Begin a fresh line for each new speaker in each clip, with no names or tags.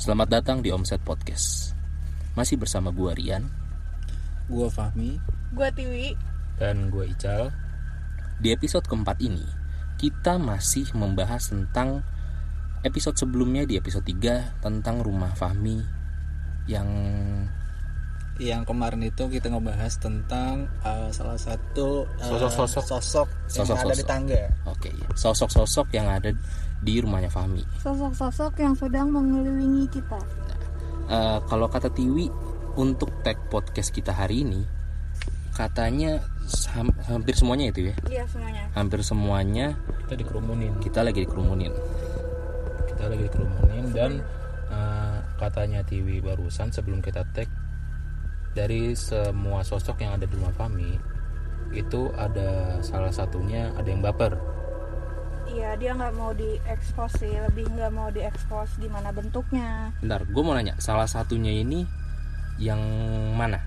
Selamat datang di Omset Podcast. Masih bersama gua Rian
Gua Fahmi.
Gue Tiwi
dan gue Ical
Di episode keempat ini, kita masih membahas tentang episode sebelumnya di episode 3 tentang rumah Fahmi yang
Yang kemarin itu kita ngebahas tentang eh, salah satu eh,
Sosok-sosok.
sosok yang
Sosok-sosok.
ada di tangga.
oke, ya, sosok-sosok yang ada di rumahnya Fahmi.
Sosok-sosok yang sedang mengelilingi kita
Eh, kalau kata Tiwi untuk tag podcast kita hari ini katanya sam- hampir semuanya itu ya.
Iya semuanya
Hampir semuanya
kita dikerumunin
kita lagi dikerumunin.
kita lagi dikerumunin dan eh, katanya Tiwi barusan sebelum kita tag dari semua sosok yang ada di rumah Fami itu ada salah satunya ada yang baper
Iya dia nggak mau diekspos sih Lebih nggak mau diekspos gimana bentuknya
Bentar, gue mau nanya, salah satunya ini yang mana?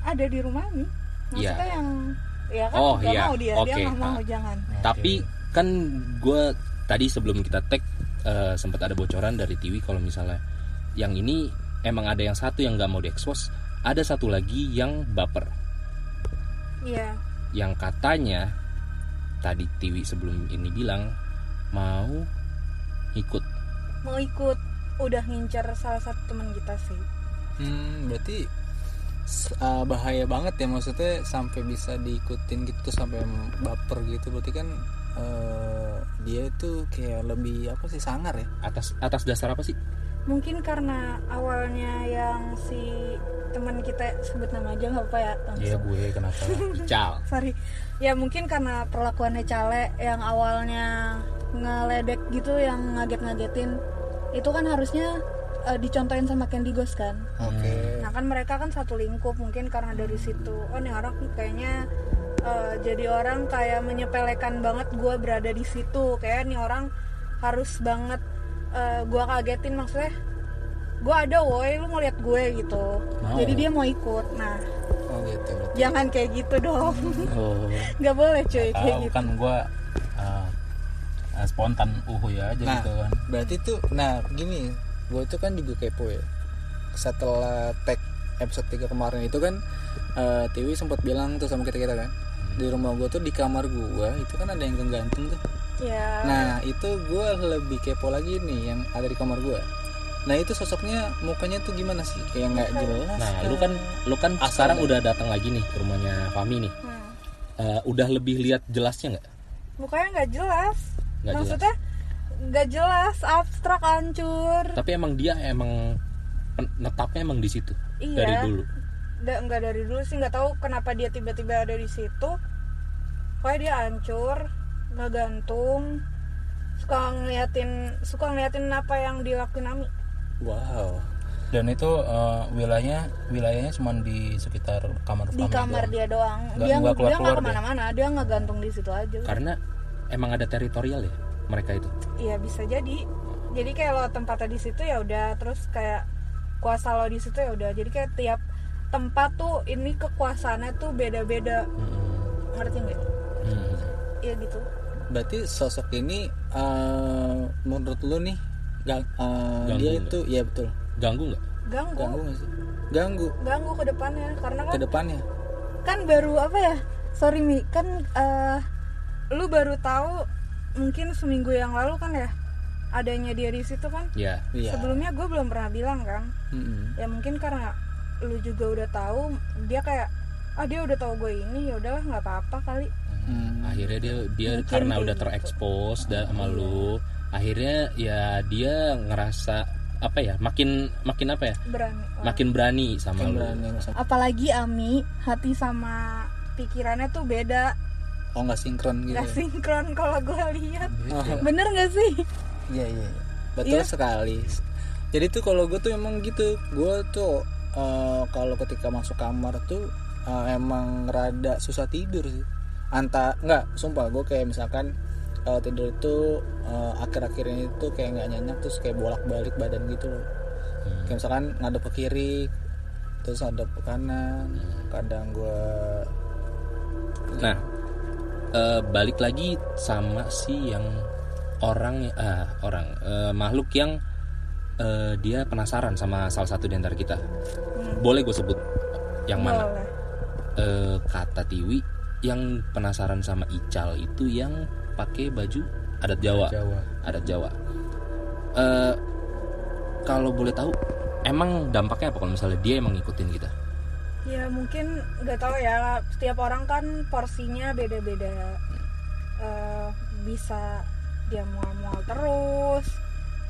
Ada di rumah nih
Iya.
Maksudnya yang Ya kan
Oh,
nggak
iya.
mau dia Dia
Oke,
nggak mau
ah.
jangan
Tapi kan gue tadi sebelum kita tag eh, sempat ada bocoran dari Tiwi kalau misalnya yang ini emang ada yang satu yang nggak mau diekspos, ada satu lagi yang baper,
Iya
yang katanya tadi Tiwi sebelum ini bilang mau ikut.
Mau ikut Udah ngincer salah satu teman kita sih
Hmm, berarti s- eh, bahaya banget ya maksudnya sampai bisa diikutin gitu sampai m- baper gitu berarti kan eh, dia itu kayak lebih apa sih sangar ya
Atas atas dasar apa sih?
Mungkin karena awalnya yang si teman kita sebut nama aja nggak apa-apa ya
iya gue kenapa
Cal.
sorry ya mungkin karena perlakuannya cale yang awalnya ngeledek gitu yang ngaget-ngagetin itu kan harusnya eh, dicontohin sama Candy Ghost kan
Hmm.
oke
nah kan mereka kan satu lingkup mungkin karena dari situ oh nih orang kayaknya eh, jadi orang kayak menyepelekan banget gue berada di situ kayak nih orang harus banget eh, gua gue kagetin maksudnya gue ada woi lu mau lihat gue gitu jadi dia mau ikut nah
oh gitu berarti
jangan kayak gitu dong
oh
nggak boleh cuy kayak
tahu
gitu
kan gue eh, eh, spontan uhu ya aja
Nah.
gitu kan
berarti tuh nah gini gue tuh kan juga kepo ya setelah tag episode 3 kemarin itu kan eh, Tiwi sempat bilang tuh sama kita kita kan di rumah gue tuh di kamar gue itu kan ada yang gantung tuh
ya
nah itu gue lebih kepo lagi nih yang ada di kamar gue nah itu sosoknya mukanya tuh gimana sih kayak nggak jelas
Nah, lu kan lu kan
Asal
sekarang
deh.
udah datang lagi nih ke rumahnya Fami nih.
hmm.
Eh, udah lebih lihat jelasnya nggak?
mukanya nggak jelas
Nggak
maksudnya nggak jelas abstrak hancur
Tapi emang dia emang pen- netapnya emang di situ
Iya.
dari dulu.
Da- nggak dari dulu sih nggak tahu kenapa dia tiba-tiba ada di situ pokoknya dia hancur nggak gantung suka ngeliatin suka ngeliatin apa yang dilakuin Ami
wow
dan itu eh, wilayahnya wilayahnya cuma di sekitar kamar
di
Fami
kamar
doang.
dia doang dia
Nggak- nggak
dia
keluar-keluar
nggak kemana-mana dia nggak gantung di situ aja
karena emang ada teritorial ya mereka itu
Iya bisa jadi. Jadi kayak lo tempatnya di situ ya udah, terus kayak kuasa lo di situ ya udah. Jadi kayak tiap tempat tuh ini kekuasaannya tuh beda-beda. Ngerti nggak?
Hmm.
Iya gitu.
berarti sosok ini eh, menurut lu nih gang- eh,
Ganggu
dia
nggak?
itu ya betul
ganggu nggak
Ganggu,
ganggu nggak sih ganggu
ganggu ke depannya karena
ke
kan
depannya
kan baru apa ya? Sorry Mi, kan eh, lu baru tahu mungkin seminggu yang lalu kan ya adanya dia di situ kan.
ya
iya
Sebelumnya gue belum pernah bilang kan.
Mm-mm.
ya mungkin karena lu juga udah tahu dia kayak ah dia udah tahu gue ini ya udahlah nggak apa-apa kali
Mm.
akhirnya dia dia
Mungkin
karena
kayak
udah
gitu.
terekspos dan sama lu akhirnya ya dia ngerasa apa ya makin makin apa ya
berani orang.
makin berani sama
Yang
lu
berani sama-
apalagi Ami hati sama pikirannya tuh beda
Oh nggak sinkron gitu.
Iya.
nggak sinkron kalau gue lihat
Oh,
bener nggak sih
Iya iya. iya. Betul
Iya.
sekali. Jadi tuh kalau gue tuh emang gitu. Gue tuh eh, kalau ketika masuk kamar tuh eh, emang rada susah tidur sih. Anta nggak sumpah gue kayak misalkan eh, tidur itu eh, akhir-akhir ini tuh kayak nggak nyenyak terus kayak bolak-balik badan gitu loh.
Hmm.
Kayak misalkan ngadep ke kiri terus ngadep ke kanan. Kadang gue
nah eh, balik lagi sama si yang orang eh, orang eh, makhluk yang eh, dia penasaran sama salah satu di antara kita.
Hmm.
Boleh gue sebut yang mana?
Boleh.
Eh, kata Tiwi yang penasaran sama Ical itu yang pakai baju adat Jawa.
Jawa.
Adat Jawa. Eh, kalau boleh tahu, emang dampaknya apa kalau misalnya dia emang ngikutin kita?
Ya mungkin nggak tahu ya. Setiap orang kan porsinya beda-beda. Eh, bisa dia mual-mual terus,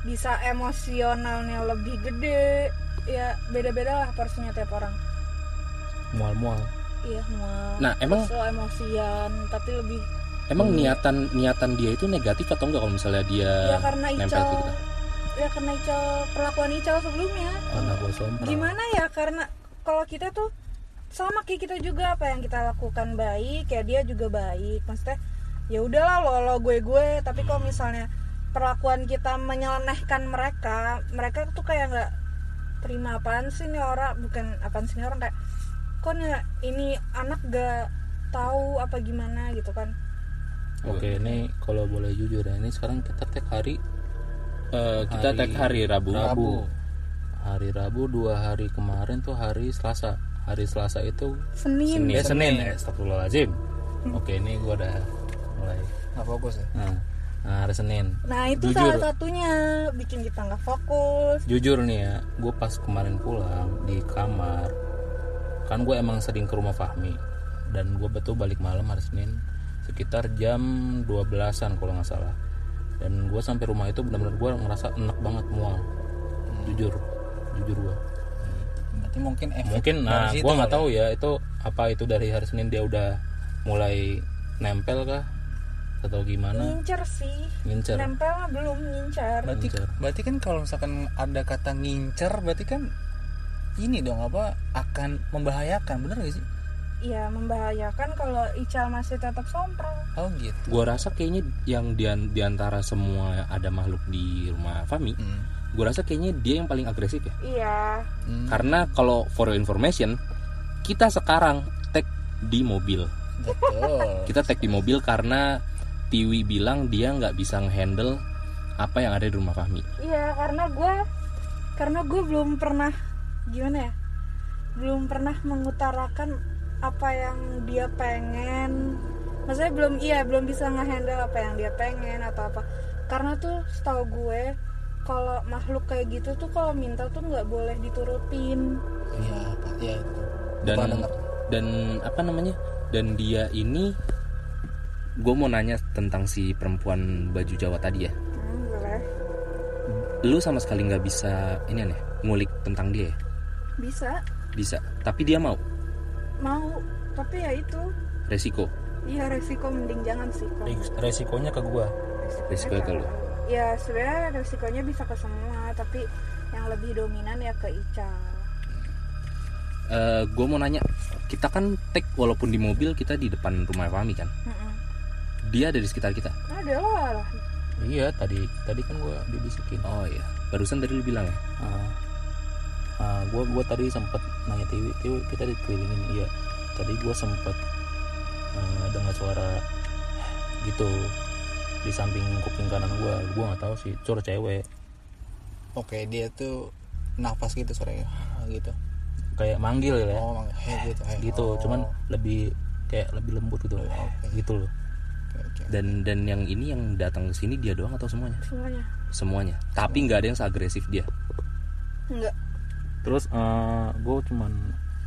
bisa emosionalnya lebih gede. Ya beda-beda lah porsinya tiap orang.
Mual-mual.
Iya mual.
Nah, emang
Terus lo emosian, tapi lebih
emang niatan niatan dia itu negatif atau enggak kalau misalnya dia
ya karena
Eh, nempel gitu.
Ical,
ke kita?
ya karena Ical perlakuan Ical sebelumnya.
Anak gue sompral.
gimana ya karena kalau kita tuh sama kayak kita juga apa yang kita lakukan baik ya dia juga baik maksudnya ya udahlah lo lo gue gue tapi
Hmm.
kalau misalnya perlakuan kita menyelenehkan mereka mereka tuh kayak nggak terima apaan sih nih orang bukan apaan sih nih orang kayak kok nih- ini anak gak tahu apa gimana gitu kan
Oke, ini kalau boleh jujur ya, ini sekarang kita tag hari
Eh, kita
Hari-
tag hari Rabu.
Rabu. Hari Rabu dua hari kemarin tuh hari Selasa. Hari Selasa itu
Senin, Hmm.
Senin.
ya Senin. Eh, Astagfirullahaladzim. Oke, ini gua udah mulai.
nggak fokus ya
Nah, nah, hari Senin.
nah itu
Jujur.
salah satunya bikin kita nggak fokus
Jujur nih ya, gue pas kemarin pulang di kamar, kan gue emang sering ke rumah Fahmi dan gue betul balik malam hari Senin sekitar jam 12-an kalau nggak salah. Dan gue sampai rumah itu benar-benar gue ngerasa enak banget mual. Jujur, jujur gue.
berarti mungkin efek
mungkin
dari
nah
situ
gue nggak
kali
tahu ya itu apa itu dari hari Senin dia udah mulai nempel kah atau gimana
ngincer sih
ngincer
nempel mah belum ngincer
berarti
Ngincer.
berarti kan kalau misalkan ada kata ngincer berarti kan ini dong apa akan membahayakan bener gak sih
Iya membahayakan kalau Ical masih tetap sompral.
oh gitu
Gua rasa kayaknya yang dian- diantara semua ada makhluk di rumah Fami,
Hmm.
gua rasa kayaknya dia yang paling agresif ya.
Iya.
Hmm.
Karena kalau for your information, kita sekarang tag di mobil.
betul
Kita tag di mobil karena Tiwi bilang dia nggak bisa ngehandle apa yang ada di rumah Fahmi.
Iya karena gue karena gue belum pernah gimana ya belum pernah mengutarakan apa yang dia pengen. Maksudnya belum iya belum bisa ngehandle apa yang dia pengen atau apa. Karena tuh setahu gue kalau makhluk kayak gitu tuh kalau minta tuh nggak boleh diturutin.
iya apa ya itu
Dan
Lupa denger.
dan apa namanya? Dan dia ini gue mau nanya tentang si perempuan baju Jawa tadi ya.
Hmm, boleh.
Lu sama sekali nggak bisa ini aneh ngulik tentang dia ya?
Bisa
Bisa, tapi dia mau
mau tapi ya itu
resiko.
iya resiko mending jangan sih kalau
resikonya ke gue
Resikonya ke lu.
ya sebenarnya resikonya bisa ke semua tapi yang lebih dominan ya ke Ica
gue Eh, mau nanya, kita kan tag walaupun di mobil kita di depan rumah Fahmi kan.
Mm-mm.
Dia ada di sekitar kita.
ada lah
iya tadi tadi kan gue dibisikin
Oh iya, barusan tadi lu bilang ya.
gue Ah. gua tadi sempet nanya Tiwi Tiwi kita dikelilingin iya tadi gue sempet eh, dengar suara gitu di samping kuping kanan gue gue nggak tahu sih suara cewek
oke dia tuh nafas gitu suaranya gitu
kayak manggil ya
oh manggil, "Hey," gitu "Hey."
gitu
Oh,
cuman lebih kayak lebih lembut gitu
oke oke,
gitu loh
oke.
Oh, Dan dan yang ini yang datang ke sini dia doang atau semuanya?
semuanya
Semuanya. Tapi nggak ada yang seagresif dia.
enggak
terus gue cuman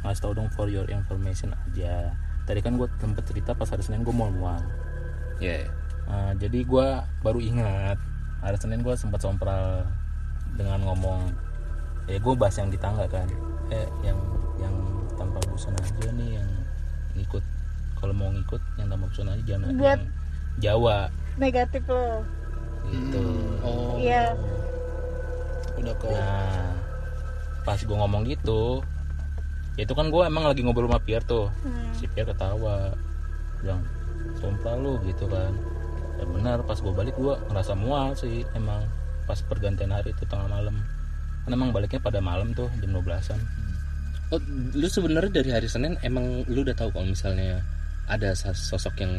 ngasih tau dong for your information aja tadi kan gue tempat cerita pas hari senin gue mau mual
Ya. ya.
Eh, jadi gue baru ingat hari senin gue sempat sompral dengan ngomong ya gue bahas yang di tangga kan eh yang yang tanpa busana aja nih yang ngikut kalau mau ngikut yang tanpa busana aja jangan
Buat-
yang Jawa
negatif loh
gitu
oh
Iya.
udah ke
Nah, pas gue ngomong gitu, ya itu kan gue emang lagi ngobrol sama Pierre tuh.
Hmm.
Si Pierre ketawa, bilang, sompral lu gitu kan. Ya benar, pas gue balik gue ngerasa mual sih emang pas pergantian hari itu tengah malam. Kan emang baliknya pada malam tuh jam 12-an.
Oh, lu sebenarnya dari hari Senin emang lu udah tahu kalau misalnya ada sa- sosok yang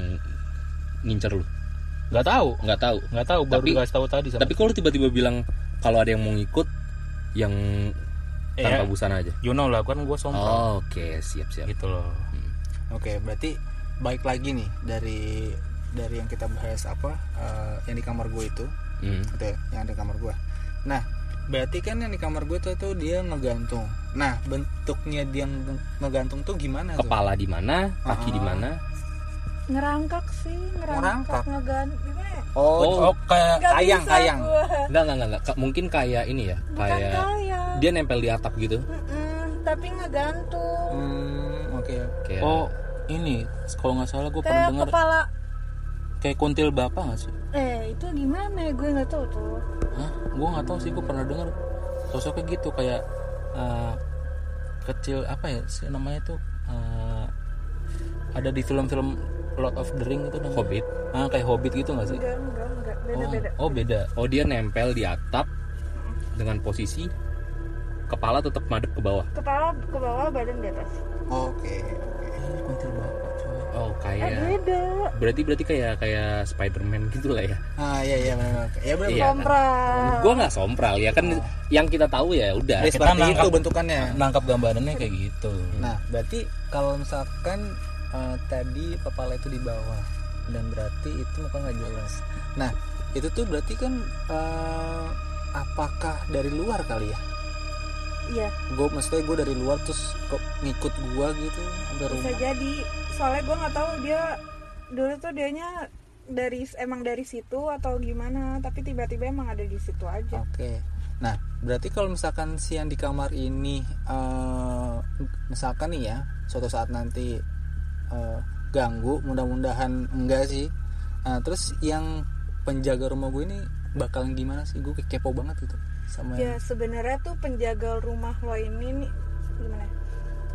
ngincer lu?
Gak tahu,
Nggak tahu.
nggak tahu baru
Tapi-
dikasih tahu tadi sama.
Tapi kalau lu tiba-tiba bilang kalau ada yang mau ngikut, yang tanpa
Ya.
busana aja
you know lah kan gue
Oh,
sompral
oke siap siap
gitu loh
Oke, berarti baik lagi nih dari dari yang kita bahas apa eh, yang di kamar gue itu,
Hmm.
gitu ya, yang ada di kamar gue. Nah, berarti kan yang di kamar gue tuh, tuh dia ngegantung. Nah, bentuknya dia nge- ngegantung tuh gimana tuh?
kepala di mana kaki di
Ah.
mana
ngerangkak sih
Ngerangkak?
ngerangkak ngegan gimana ya?
Oh,
Oh.
oh, kayak
Nggak
kayang,
bisa
kayang.
gua.
enggak enggak enggak, enggak. Ka- mungkin kayak ini ya
bukan
kayak
kayang
dia nempel di atap gitu
Mm-mm, tapi ngegantung
Hmm, oke.
kayak
oh ini kalau nggak salah gue pernah
kayak
dengar
kepala
kayak kuntil bapak nggak sih
eh itu gimana ya gue nggak tahu tuh
Hah? gue nggak tahu sih gue pernah dengar sosoknya gitu kayak eh, kecil apa ya sih namanya tuh eh, ada di film-film Lord of the Ring itu namanya
hobbit
ah kayak Hobbit gitu nggak sih
enggak enggak enggak beda
oh
beda
oh beda
oh dia nempel di atap dengan posisi kepala tetap madep ke bawah
kepala ke bawah badan di atas
Oke, oke.
Eh, kuntil bapak coy
oh
eh
kayak
beda
berarti berarti kayak kayak Spiderman gitu lah ya
Ah, iya iya benar. benar. Ya
Iya.
benar. benar.
sompral
gue nggak sompral ya kan yang kita tahu ya udah
Jadi
kita
seperti itu
Oh. nangkap.
bentukannya.
nangkap gambarannya kayak gitu
Nah, berarti kalau misalkan eh, tadi kepala itu di bawah dan berarti itu muka nggak jelas. Nah, itu tuh berarti kan eh, apakah dari luar kali ya?
iya
Gue maksudnya gue dari luar terus kok ngikut gua gitu sampai
bisa
rumah.
jadi soalnya gue nggak tahu dia dulu tuh dianya dari emang dari situ atau gimana tapi tiba-tiba emang ada di situ aja
Oke. Nah, berarti kalau misalkan si yang di kamar ini eh, misalkan nih ya, suatu saat nanti eh, ganggu, mudah-mudahan enggak sih. Nah, terus yang penjaga rumah gue ini bakalan gimana sih? Gue kepo banget gitu sama
ya sebenarnya tuh penjaga rumah lo ini nih, gimana ya?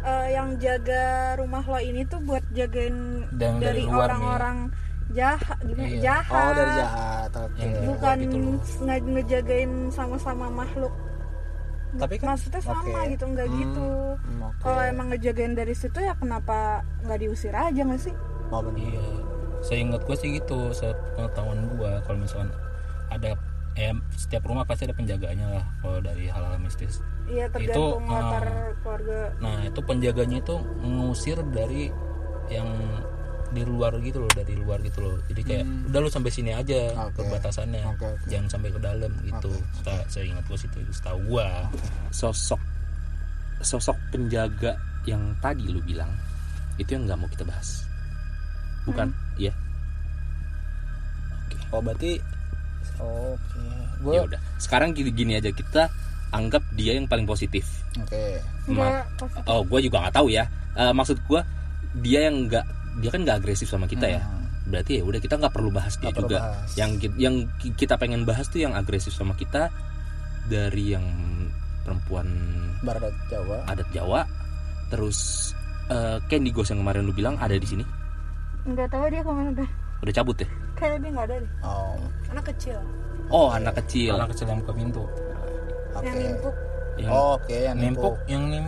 Eh, yang jaga rumah lo ini tuh buat jagain
Dan
dari
dari
kan.
luar nih.
orang-orang jahat gimana ya?
Iya.
jahat,
Oh, dari jahat. Oke.
Yang dari
bukan
gitu loh.
nge- ngejagain sama-sama makhluk
Tapi kan-
maksudnya sama
oke.
gitu nggak
Hmm,
gitu
hmm, oke.
Iya.
kalau emang ngejagain dari situ ya kenapa nggak diusir aja nggak sih
Oh, bener.
iya seingat gue sih gitu sepengetahuan gue kalau misalkan ada eh, setiap rumah pasti ada penjaganya lah kalau dari hal-hal mistis
Iya
Itu,
tergantung
ah.
latar keluarga
nah itu penjaganya itu mengusir dari yang di luar gitu loh dari luar gitu loh jadi kayak udah lu sampai sini aja
Hmm. Oke.
perbatasannya
Oke, oke.
jangan sampai ke dalam gitu Seta- seingat gue sih itu setahu gue
sosok sosok penjaga yang tadi lu bilang itu yang nggak mau kita bahas
Hmm.
bukan iya
Oh, berarti oke. Gue
ya udah sekarang gini gini aja kita anggap dia yang paling positif
oke.
nggak pasti
oh gue juga nggak tahu ya Eh, maksud gue dia yang nggak dia kan nggak agresif sama kita ya
Hmm.
berarti ya udah kita nggak perlu bahas dia
Nggak perlu
juga
bahas.
yang ki- yang ki- kita pengen bahas tuh yang agresif sama kita dari yang perempuan
Barat Jawa.
adat Jawa terus eh, Candy Ghost yang kemarin lu bilang ada di sini
nggak tahu dia kemana udah
udah cabut ya
kayaknya dia nggak ada deh
Oh,
anak kecil
oh anak kecil
anak kecil yang ke pintu
oke.
yang nimpuk
yang
Oh, oke, yang
Iya.
nimpuk.
nimpuk yang nim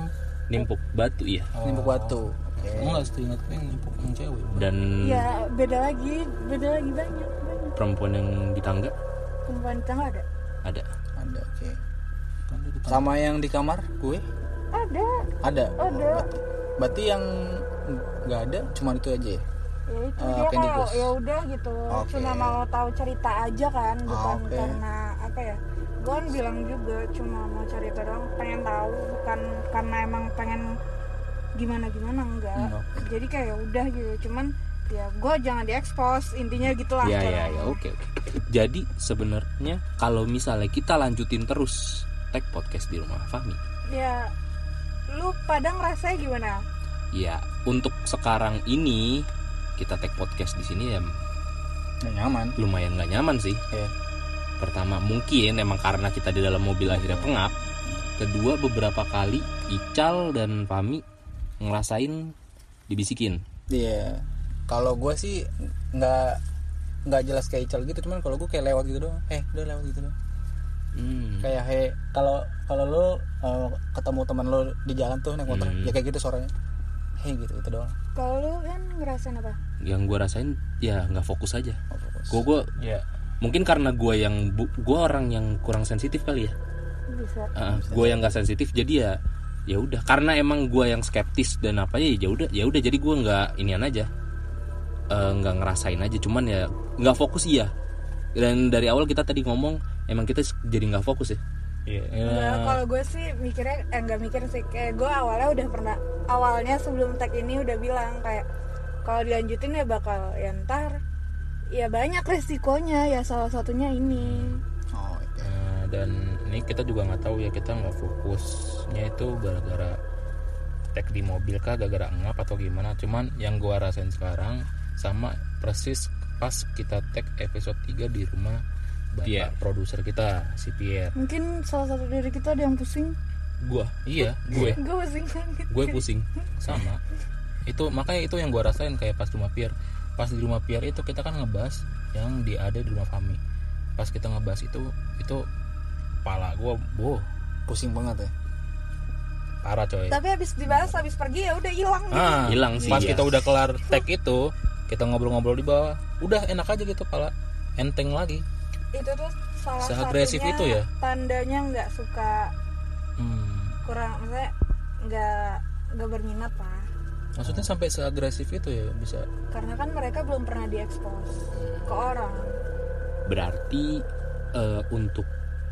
nimpuk batu ya
Nimpuk batu. Oke.
Iya. enggak seingat gue yang nimpuk yang cewek bukan?
dan
ya beda lagi beda lagi banyak banyak
perempuan yang di tangga
perempuan kita nggak ada
ada
Ada, oke.
Kan dia di tangga.
Sama yang di kamar gue
ada
ada.
Ada.
Berarti, berarti yang nggak ada cuma itu aja. ya?
ya itu
Eh,
dia
Candy
kayak
Ghost.
ya udah gitu
Oke. Ah,
cuma mau tahu cerita aja kan bukan
oke.
karena apa ya gue kan bilang juga cuma mau cerita doang pengen tahu bukan karena emang pengen gimana gimana enggak
Hmm, oke.
jadi kayak ya udah gitu cuman ya gue jangan diekspos intinya gitulah
Iya,
ya ya
caranya.
ya oke oke jadi sebenarnya kalau misalnya kita lanjutin terus tag podcast di rumah Fahmi
ya lu pada ngerasa gimana
ya untuk sekarang ini kita tag podcast di sini ya
Yang nyaman.
lumayan nggak nyaman sih
Iya.
pertama mungkin emang karena kita di dalam mobil akhirnya pengap kedua beberapa kali Ical dan Fahmi ngerasain dibisikin
Iya. Kalau gue sih nggak nggak jelas kayak Ical gitu, cuman kalau gue kayak lewat gitu doang. Eh, udah lewat gitu doang.
Hmm.
Kayak he, kalau kalau lo eh, ketemu teman lo di jalan tuh naik motor,
Hmm.
ya kayak gitu suaranya. Hei gitu gitu doang.
kalau lu kan ngerasain apa
yang gue rasain ya nggak fokus aja
Oh, fokus.
gue gue
Iya.
mungkin karena gue yang gue orang yang kurang sensitif kali ya
bisa
gue yang nggak sensitif jadi ya ya udah karena emang gue yang skeptis dan apanya ya udah ya udah jadi gue nggak inian aja Eh, nggak ngerasain aja cuman ya nggak fokus iya dan dari awal kita tadi ngomong emang kita jadi nggak fokus ya Eh,
Iya.
Nggak, Nah, kalau gue sih mikirnya eh nggak mikir sih kayak gue awalnya udah pernah awalnya sebelum tag ini udah bilang kayak kalau dilanjutin ya bakal ya ntar ya banyak resikonya ya salah satunya ini
oh oke.
Nah, dan ini kita juga nggak tahu ya kita nggak fokusnya itu gara-gara tag di mobil kah gara-gara ngap atau gimana cuman yang gua rasain sekarang sama persis pas kita tag episode 3 di rumah bapak
Pierre.
produser kita si Pierre
mungkin salah satu dari kita ada yang pusing
gue
iya gue
gue pusing banget
gue pusing sama itu makanya itu yang gua rasain kayak pas di rumah Pierre pas di rumah Pierre itu kita kan ngebahas yang di ada di rumah Fami pas kita ngebahas itu itu kepala gua boh
pusing banget ya
parah coy
tapi habis dibahas habis pergi ya udah hilang gitu.
Ah,
Hilang sih,
Pas
iya.
kita udah kelar tag itu, kita ngobrol-ngobrol di bawah. Udah enak aja gitu pala enteng lagi.
itu tuh salah
Seagresif
satunya
itu ya?
tandanya nggak suka
Hmm,
kurang maksudnya nggak nggak berminat lah
Maksudnya sampai seagresif itu ya bisa.
karena kan mereka belum pernah diekspos ke orang
berarti eh, untuk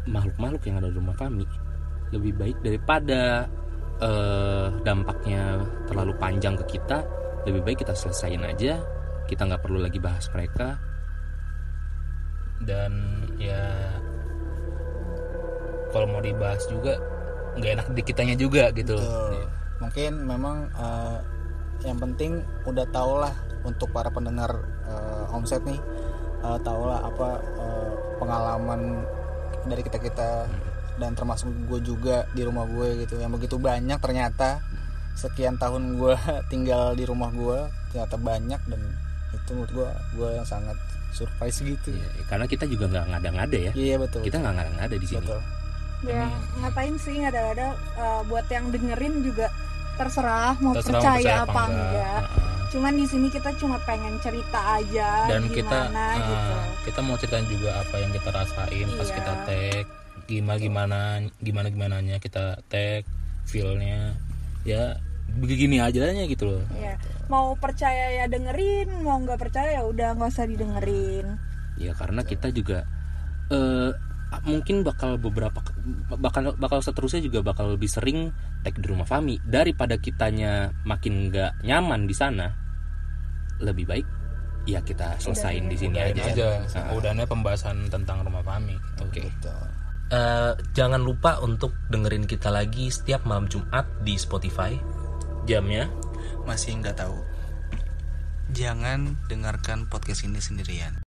makhluk-makhluk yang ada di rumah kami lebih baik daripada eh, dampaknya terlalu panjang ke kita lebih baik kita selesain aja kita nggak perlu lagi bahas mereka
Dan ya kalau mau dibahas juga nggak enak di kitanya juga gitu.
Betul.
Iya.
mungkin memang eh, yang penting udah tau lah untuk para pendengar eh, omset nih eh, tau lah apa eh, pengalaman dari kita kita dan termasuk gue juga di rumah gue gitu yang begitu banyak ternyata sekian tahun gue tinggal di rumah gue ternyata banyak dan itu menurut gue gue yang sangat surprise gitu
Iya,
Ya, karena kita juga nggak ngada-ngada ya
iya betul
kita nggak ngada-ngada di sini
betul
Iya.
ya ngapain sih nggak ada ada buat yang dengerin juga terserah mau
Terserah mau
percaya,
percaya
apa enggak,
Heeh.
cuman di sini kita cuma pengen cerita aja
dan
gimana
kita eh,
gitu
kita mau ceritain juga apa yang kita rasain pas
Iya.
kita tag gimana gimana gimana gimananya kita tag feelnya ya begini aja aja gitu loh
ya mau percaya ya dengerin mau nggak percaya ya udah nggak usah didengerin
ya karena kita juga eh, mungkin bakal beberapa bakal bakal seterusnya juga bakal lebih sering tag di rumah Fami daripada kitanya makin nggak nyaman di sana lebih baik ya kita selesain di sini
udahin
aja,
aja
Ah,
udahannya pembahasan tentang rumah kami gitu.
oke
betul
Eh, jangan lupa untuk dengerin kita lagi setiap malam Jumat di Spotify.
jamnya
masih nggak tahu. Jangan dengarkan podcast ini sendirian.